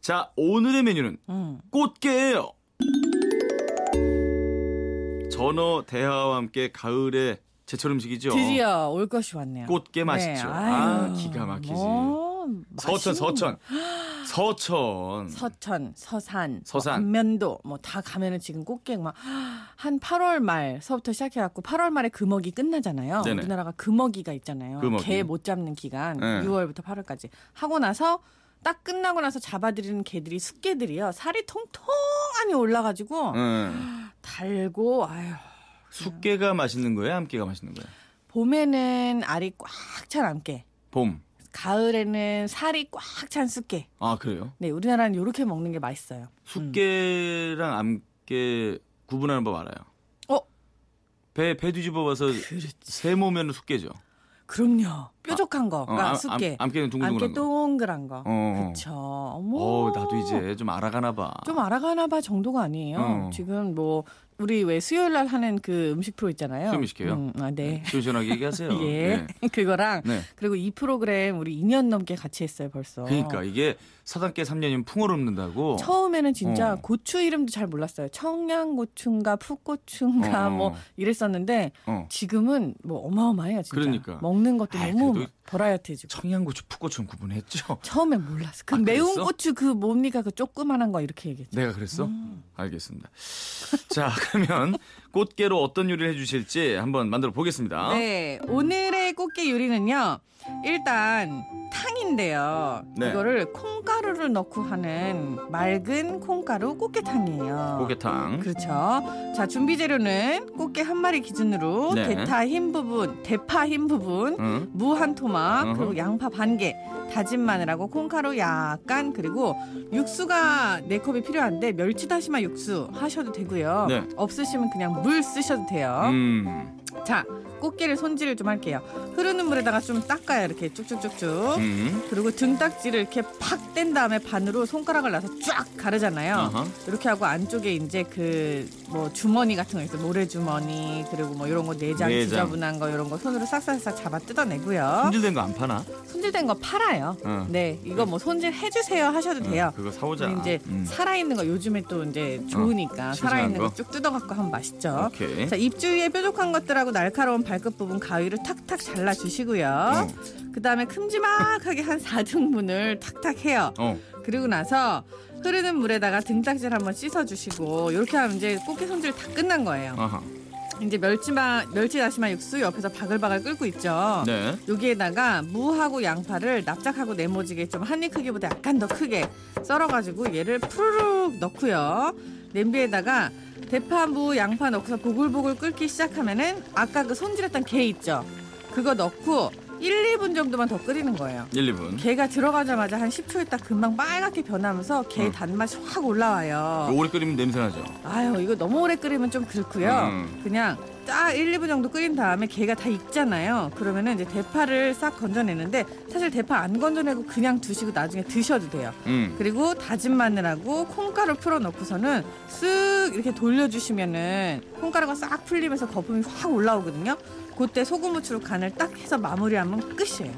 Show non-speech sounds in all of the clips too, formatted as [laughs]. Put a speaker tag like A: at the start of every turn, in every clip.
A: 자, 오늘의 메뉴는
B: 음.
A: 꽃게예요. 전어, 대하와 함께 가을의 제철 음식이죠.
B: 드디어 올 것이 왔네요.
A: 꽃게 맛있죠. 아, 기가 막히지.
B: 뭐,
A: 서천,
B: 맛있는
A: 서천. 서천.
B: 서천, 서산,
A: 서산.
B: 뭐 안면도 뭐 다 가면은 지금 꽃게 막 한 8월 말서부터 시작해갖고 8월 말에 금어기 끝나잖아요.
A: 네네.
B: 우리나라가 금어기가 있잖아요.
A: 금어기.
B: 개 못 잡는 기간
A: 네.
B: 6월부터 8월까지 하고 나서 딱 끝나고 나서 잡아들이는 개들이 숙개들이요. 살이 통통하니 올라가지고 아.
A: 응.
B: 달고 아유
A: 숙개가 맛있는 거예요? 함께가 맛있는 거예요?
B: 봄에는 알이 꽉 찬 암깨,
A: 봄.
B: 가을에는 살이 꽉 찬 쑥개.
A: 아, 그래요?
B: 네, 우리나라는 이렇게 먹는 게 맛있어요.
A: 숙개랑 암깨 구분하는 법 알아요?
B: 어?
A: 배, 배 뒤집어봐서 세모면 숙개죠. 어,
B: 그럼요. 뾰족한 거가
A: 암-
B: 쑥개.
A: 암, 암깨는 아, 둥글둥글한
B: 안개
A: 거.
B: 동그란 거.
A: 어.
B: 그쵸. 어머.
A: 어, 나도 이제 좀 알아가나 봐.
B: 좀 알아가나 봐 정도가 아니에요.
A: 어.
B: 지금 뭐 우리 왜 수요일 날 하는 그 음식 프로 있잖아요.
A: 수요미 시켜요?
B: 음, 아, 네.
A: 시원시원하게 얘기하세요.
B: [laughs] 예.
A: 네.
B: 그거랑
A: 네.
B: 그리고 이 프로그램 우리 2년 넘게 같이 했어요, 벌써.
A: 그러니까 이게 사단계 3년이면 풍어를 읊는다고.
B: 처음에는 진짜
A: 어.
B: 고추 이름도 잘 몰랐어요. 청양고추인가 풋고추인가
A: 어.
B: 뭐 이랬었는데
A: 어.
B: 지금은 뭐 어마어마해요 진짜.
A: 그러니까.
B: 먹는 것도
A: 아이,
B: 너무
A: 그래도-
B: 버라이어티해지고.
A: 청양고추, 풋고추는 구분했죠.
B: [laughs] 처음엔 몰랐어. 그
A: 아,
B: 매운
A: 그랬어?
B: 고추 그 뭡니까 그 조그만한 거 이렇게 얘기했죠.
A: 내가 그랬어?
B: 음.
A: 알겠습니다. 자, [laughs] 그러면 꽃게로 어떤 요리를 해주실지 한번 만들어 보겠습니다.
B: 네, 오늘의 꽃게 요리는요. 일단 탕인데요.
A: 네.
B: 이거를 콩가루를 넣고 하는 맑은 콩가루 꽃게탕이에요.
A: 꽃게탕.
B: 그렇죠. 자 준비 재료는 꽃게 한 마리 기준으로
A: 네.
B: 대파 흰 부분, 대파 흰 부분,
A: 응?
B: 무 한 토막,
A: 어허.
B: 그리고 양파 반 개, 다진 마늘하고 콩가루 약간, 그리고 육수가 네 컵이 필요한데 멸치 다시마 육수 하셔도 되고요.
A: 네.
B: 없으시면 그냥 물 쓰셔도 돼요.
A: 음,
B: 자, 꽃게를 손질을 좀 할게요. 흐르는 물에다가 좀 닦아요. 이렇게 쭉쭉쭉쭉.
A: 음.
B: 그리고 등딱지를 이렇게 팍 뗀 다음에 반으로 손가락을 놔서 쫙 가르잖아요.
A: 아하.
B: 이렇게 하고 안쪽에 이제 그 뭐 주머니 같은 거 있어요. 모래 주머니 그리고 뭐 이런 거 내장,
A: 내장.
B: 지저분한 거 이런 거 손으로 싹싹싹 잡아 뜯어내고요.
A: 손질된 거 안 파나?
B: 손질된 거 팔아요.
A: 응.
B: 네, 이거 뭐 손질 해주세요 하셔도 돼요.
A: 그거 사오자.
B: 근데 이제
A: 음.
B: 살아있는 거 요즘에 또 이제
A: 싱싱한
B: 좋으니까 살아있는
A: 거?
B: 거 쭉 뜯어갖고 하면 맛있죠.
A: 오케이.
B: 자 입주 위에 뾰족한 것들하고 날카로운 발끝 부분 가위로 탁탁 잘라 주시고요. 그 다음에 큼지막하게 한 [laughs] 4등분을 탁탁 해요.
A: 어, 어.
B: 그리고 나서 흐르는 물에다가 등딱지를 한번 씻어주시고 이렇게 하면 이제 꽃게 손질 다 끝난 거예요.
A: 아하.
B: 이제 멸치마 멸치 다시마 육수 옆에서 바글바글 끓고 있죠.
A: 네.
B: 여기에다가 무하고 양파를 납작하고 네모지게 좀 한 입 크기보다 약간 더 크게 썰어가지고 얘를 푸르륵 넣고요. 냄비에다가 대파, 무, 양파 넣고서 보글보글 끓기 시작하면은 아까 그 손질했던 게 있죠. 그거 넣고 1, 2분 정도만 더 끓이는 거예요.
A: 1, 2분.
B: 게가 들어가자마자 한 10초 있다 금방 빨갛게 변하면서 게
A: 음.
B: 단맛이 확 올라와요.
A: 오래 끓이면 냄새나죠.
B: 아유, 이거 너무 오래 끓이면 좀 그렇고요.
A: 음.
B: 그냥 딱 1, 2분 정도 끓인 다음에 게가 다 익잖아요. 그러면은 이제 대파를 싹 건져내는데 사실 대파 안 건져내고 그냥 두시고 나중에 드셔도 돼요.
A: 음.
B: 그리고 다진 마늘하고 콩가루 풀어 넣고서는 쓱 이렇게 돌려주시면은 콩가루가 싹 풀리면서 거품이 확 올라오거든요. 그때 소금 후추로 간을 딱 해서 마무리하면 끝이에요.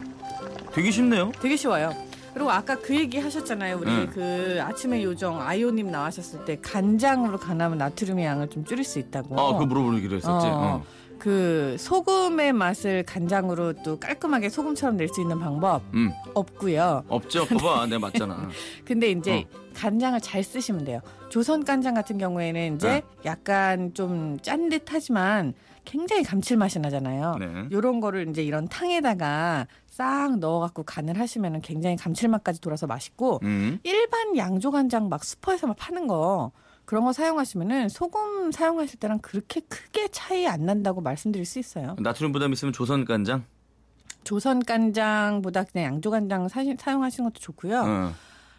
A: 되게 쉽네요.
B: 되게 쉬워요. 그리고 아까 그 얘기 하셨잖아요. 우리
A: 음.
B: 그 아침의 요정 아이오님 나와셨을 때 간장으로 간하면 나트륨의 양을 좀 줄일 수 있다고.
A: 아, 그거 물어보기로 했었지.
B: 어,
A: 어.
B: 그 소금의 맛을 간장으로 또 깔끔하게 소금처럼 낼 수 있는 방법
A: 음.
B: 없고요.
A: 없죠? 봐봐. 내가
B: [laughs]
A: 맞잖아.
B: 근데 이제
A: 음.
B: 간장을 잘 쓰시면 돼요. 조선 간장 같은 경우에는 이제
A: 네.
B: 약간 좀 짠 듯하지만 굉장히 감칠맛이 나잖아요.
A: 네.
B: 요런 거를 이제 이런 탕에다가 싹 넣어갖고 간을 하시면 굉장히 감칠맛까지 돌아서 맛있고
A: 음.
B: 일반 양조간장 막 슈퍼에서 막 파는 거 그런 거 사용하시면은 소금 사용하실 때랑 그렇게 크게 차이 안 난다고 말씀드릴 수 있어요.
A: 나트륨 부담 있으면 조선 간장.
B: 조선 간장보다 그냥 양조 간장 사, 용하시는 것도 좋고요.
A: 어.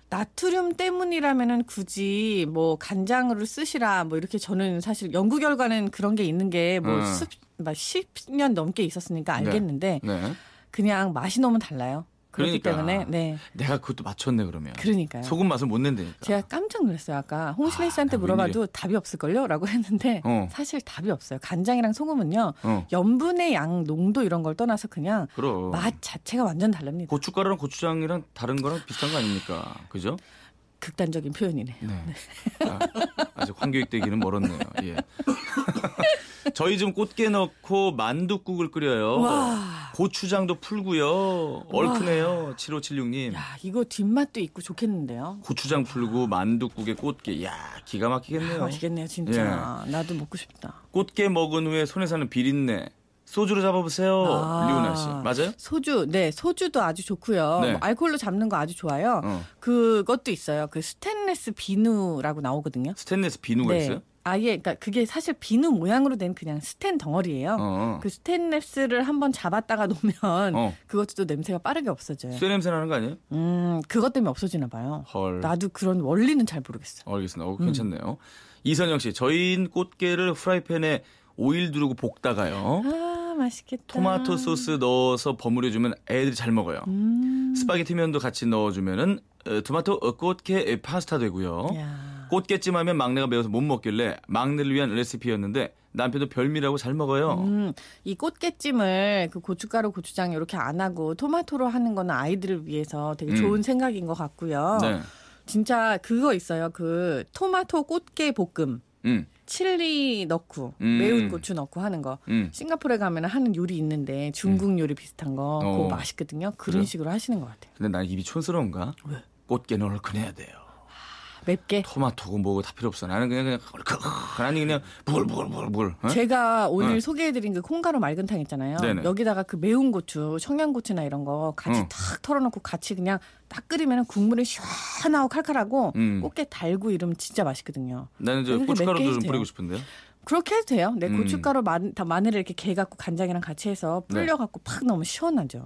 B: 나트륨 때문이라면은 굳이 뭐 간장으로 쓰시라 뭐 이렇게 저는 사실 연구 결과는 그런 게 있는 게뭐
A: 음.
B: 십, 막 10년 넘게 있었으니까 알겠는데
A: 네.
B: 그냥 맛이 너무 달라요. 그렇기
A: 그러니까.
B: 때문에 네.
A: 내가 그것도 맞췄네 그러면.
B: 그러니까요.
A: 소금 맛을 못 낸다니까.
B: 제가 깜짝 놀랐어요. 아까
A: 아,
B: 홍신혜 씨한테
A: 나
B: 물어봐도 답이 없을걸요? 라고 했는데
A: 어.
B: 사실 답이 없어요. 간장이랑 소금은요.
A: 어.
B: 염분의 양, 농도 이런 걸 떠나서 그냥
A: 그럼.
B: 맛 자체가 완전 다릅니다.
A: 고춧가루랑 고추장이랑 다른 거랑 비슷한 거 아닙니까? 그죠?
B: 극단적인 표현이네.
A: 네. 아, 아직 환교육대기는 멀었네요. 예. [laughs] 저희 좀 꽃게 넣고 만둣국을 끓여요.
B: 와.
A: 고추장도 풀고요. 얼큰해요. 7576님.
B: 야, 이거 뒷맛도 있고 좋겠는데요.
A: 고추장 풀고 만둣국에 꽃게. 야, 기가 막히겠네요.
B: 아,
A: 예.
B: 맛있겠네요, 진짜. 나도 먹고 싶다.
A: 꽃게 먹은 후에 손에 사는 비린내. 소주로 잡아보세요.
B: 아.
A: 리오나 씨. 맞아요?
B: 소주, 네, 소주도 아주 좋고요.
A: 네.
B: 뭐 알코올로 잡는 거 아주 좋아요.
A: 어.
B: 그것도 있어요. 그 스테인레스 비누라고 나오거든요.
A: 스테인레스 비누가
B: 네.
A: 있어요?
B: 아예, 그러니까 그게 사실 비누 모양으로 된 그냥 스텐 덩어리예요.
A: 어, 어.
B: 그 스테인레스를 한번 잡았다가 놓으면
A: 어.
B: 그것도 냄새가 빠르게 없어져요.
A: 쇠 냄새 나는 거 아니에요?
B: 음, 그것 때문에 없어지나 봐요.
A: 헐.
B: 나도 음. 그런 원리는 잘 모르겠어.
A: 알겠습니다. 어, 괜찮네요. 이선영 씨, 저희는 꽃게를 프라이팬에 오일 두르고 볶다가요.
B: 아, 맛있겠다.
A: 토마토 소스 넣어서 버무려주면 애들이 잘 먹어요.
B: 음.
A: 스파게티 면도 같이 넣어주면은 어, 토마토 어, 꽃게 어, 파스타 되고요.
B: 야.
A: 꽃게찜 하면 막내가 매워서 못 먹길래 막내를 위한 레시피였는데 남편도 별미라고 잘 먹어요.
B: 음, 이 꽃게찜을 그 고춧가루, 고추장 이렇게 안 하고 토마토로 하는 거는 아이들을 위해서 되게
A: 음.
B: 좋은 생각인 것 같고요.
A: 네.
B: 진짜 그거 있어요. 그 토마토 꽃게 볶음,
A: 음,
B: 칠리 넣고
A: 음.
B: 매운 고추 넣고 하는 거.
A: 음.
B: 싱가포르에 가면 하는 요리 있는데 중국 요리 비슷한 거
A: 어.
B: 그거 맛있거든요. 그런
A: 그래요?
B: 식으로 하시는 것 같아요.
A: 근데 난 입이 촌스러운가?
B: 왜?
A: 꽃게는 얼큰해야 돼요.
B: 맵게.
A: 토마토고 뭐고 다 필요 없어. 나는 그냥 그냥 얼큰 아니 그냥 부글부글부글. 어?
B: 제가 오늘
A: 네.
B: 소개해드린 그 콩가루 맑은탕 있잖아요.
A: 네네.
B: 여기다가 그 매운 고추, 청양고추나 이런 거 같이
A: 응.
B: 탁 털어놓고 같이 그냥 딱 끓이면 국물이 시원하고 칼칼하고
A: 음.
B: 꽃게 달고 이러면 진짜 맛있거든요.
A: 나는 저
B: 그렇게 맵게
A: 고춧가루도
B: 해도
A: 좀
B: 돼요.
A: 뿌리고 싶은데요.
B: 그렇게 해도 돼요. 네,
A: 음.
B: 고춧가루 마, 다 마늘을 이렇게 개갖고 간장이랑 같이 해서
A: 네.
B: 불려갖고 팍 넣으면 시원하죠.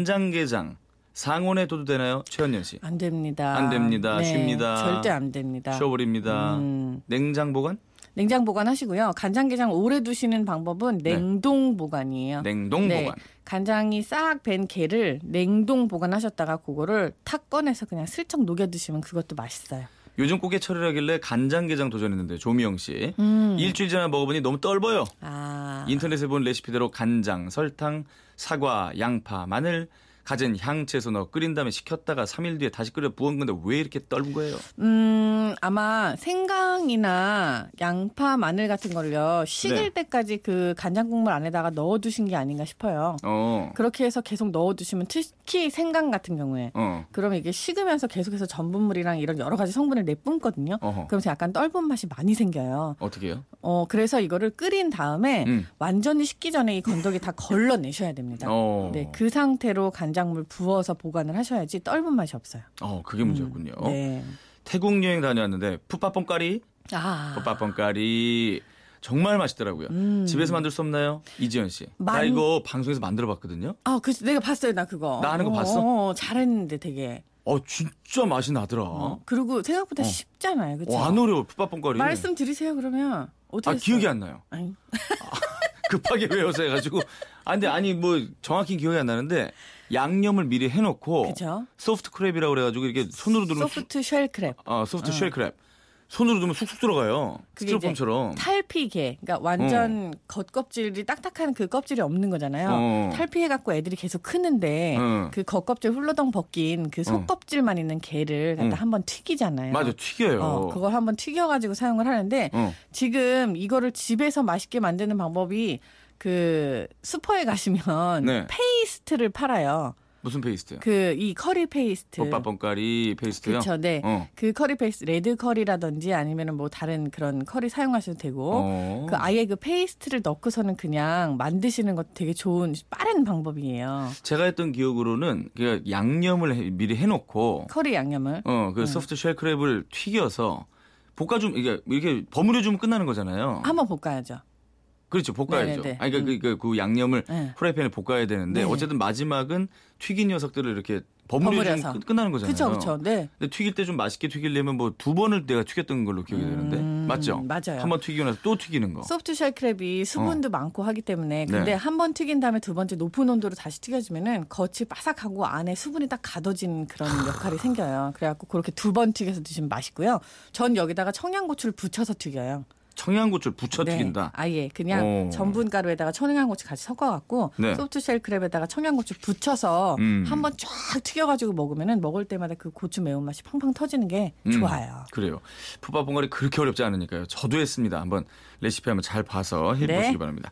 A: 간장게장 상온에 둬도 되나요? 최현연 씨.
B: 안 됩니다. 네,
A: 안 됩니다. 쉽니다.
B: 절대 안 됩니다.
A: 쉬어버립니다.
B: 음,
A: 냉장 보관?
B: 냉장 보관하시고요. 간장게장 오래 두시는 방법은
A: 네.
B: 냉동 보관이에요.
A: 냉동
B: 네.
A: 보관.
B: 간장이 싹 밴 게를 냉동 보관하셨다가 그거를 탁 꺼내서 그냥 슬쩍 녹여 드시면 그것도 맛있어요.
A: 요즘 꽃게철이라 길래 간장게장 도전했는데 조미영 씨.
B: 음.
A: 일주일 전에 먹어보니 너무 떫어요.
B: 아.
A: 인터넷에 본 레시피대로 간장, 설탕, 사과, 양파, 마늘, 가진 향채소 넣어 끓인 다음에 식혔다가 3일 뒤에 다시 끓여 부은 건데 왜 이렇게 떫은 거예요?
B: 음, 아마 생강이나 양파, 마늘 같은 걸요. 식을
A: 네.
B: 때까지 그 간장 국물 안에다가 넣어 두신 게 아닌가 싶어요.
A: 어,
B: 그렇게 해서 계속 넣어 두시면 특히 생강 같은 경우에
A: 어,
B: 그러면 이게 식으면서 계속해서 전분물이랑 이런 여러 가지 성분을 내뿜거든요.
A: 어허.
B: 그러면서 약간 떫은 맛이 많이 생겨요.
A: 어떻게 해요?
B: 어, 그래서 이거를 끓인 다음에
A: 음.
B: 완전히 식기 전에 이 건더기 다 걸러내셔야 됩니다.
A: 어,
B: 네, 그 상태로 간장물 부어서 보관을 하셔야지 떫은 맛이 없어요.
A: 어, 그게 문제였군요.
B: 음, 네.
A: 태국 여행 다녀왔는데 푸파뽕까리,
B: 아.
A: 푸파뽕까리 정말 맛있더라고요.
B: 음.
A: 그 집에서 만들 수 없나요? 이지현 씨. 나
B: 만-
A: 이거 방송에서 만들어 봤거든요.
B: 아, 그 내가 봤어요, 나 그거.
A: 나 하는 거 봤어?
B: 어, 어, 잘했는데 되게.
A: 어, 진짜 맛이 나더라.
B: 어, 그리고 생각보다
A: 어.
B: 쉽잖아요, 그렇죠?
A: 어, 안 어려워. 푸파뽕까리.
B: 말씀 드리세요 그러면 어떻게?
A: 아,
B: 했어요?
A: 기억이 안 나요.
B: 아니,
A: 급하게 외워서 해가지고. 아, 근데 아니, 뭐, 정확히 기억이 안 나는데, 양념을 미리 해놓고,
B: 그죠?
A: 소프트 크랩이라고 그래가지고, 이렇게 손으로 두르면, 쑥-
B: 소프트 쉘 크랩,
A: 아, 소프트
B: 어.
A: 쉘 크랩. 손으로 두면 쑥쑥 들어가요.
B: 그게 이제
A: 스티로폼처럼.
B: 탈피게, 그러니까 완전 겉껍질이 딱딱한 그 껍질이 없는 거잖아요.
A: 어.
B: 탈피해갖고 애들이 계속 크는데
A: 응.
B: 그 겉껍질 훌러덩 벗긴 그 속껍질만 있는 게를 갖다
A: 응.
B: 한번 튀기잖아요.
A: 어. 음. 맞아, 튀겨요.
B: 어, 그걸 한번 튀겨가지고 사용을 하는데
A: 어.
B: 지금 이거를 집에서 맛있게 만드는 방법이 그 슈퍼에 가시면
A: 네.
B: 페이스트를 팔아요.
A: 무슨 페이스트요?
B: 그 이 커리 페이스트.
A: 볶밥 뻥까리 페이스트요?
B: 그쵸, 네.
A: 어.
B: 그 커리 페이스트, 레드 커리라든지 아니면은 뭐 다른 그런 커리 사용하셔도 되고.
A: 어.
B: 그 아예 그 페이스트를 넣고서는 그냥 만드시는 것도 되게 좋은 빠른 방법이에요.
A: 제가 했던 기억으로는 그 양념을 해- 미리 해놓고
B: 커리 양념을.
A: 어, 그
B: 음.
A: 소프트 쉘 크랩을 튀겨서 볶아주면 이게 이렇게 버무려 주면 끝나는 거잖아요.
B: 한번 볶아야죠.
A: 그렇죠, 볶아야죠.
B: 네네네.
A: 아니, 그러니까 그, 그, 그 양념을
B: 예.
A: 프라이팬에 볶아야 되는데
B: 네네.
A: 어쨌든 마지막은 튀긴 녀석들을 이렇게 버무려
B: 버무려서.
A: 주면 끝- 끝나는 거잖아요.
B: 그쵸, 그쵸. 네.
A: 근데 튀길 때 좀 맛있게 튀기려면 뭐 두 번을 내가 튀겼던 걸로 기억이 되는데
B: 음,
A: 맞죠?
B: 맞아요.
A: 한 번 튀기고 나서 또 튀기는 거.
B: 소프트쉘 크랩이 수분도 많고 하기 때문에 근데
A: 네.
B: 한 번 튀긴 다음에 두 번째 높은 온도로 다시 튀겨주면은 겉이 바삭하고 안에 수분이 딱 가둬지는 그런 역할이 생겨요. 그래갖고 그렇게 두 번 튀겨서 드시면 맛있고요. 전 여기다가 청양고추를 붙여서 튀겨요.
A: 청양고추를 부쳐
B: 네.
A: 튀긴다.
B: 아예 그냥
A: 어.
B: 전분가루에다가 청양고추 같이 섞어갖고
A: 네.
B: 소프트쉘 크랩에다가 청양고추 붙여서
A: 음.
B: 한번 쫙 튀겨가지고 먹으면은 먹을 때마다 그 고추 매운맛이 팡팡 터지는 게
A: 음.
B: 좋아요.
A: 그래요. 푸밥 봉가리 그렇게 어렵지 않으니까요. 저도 했습니다. 한번 레시피 한번 잘 봐서 해 보시기
B: 네.
A: 바랍니다.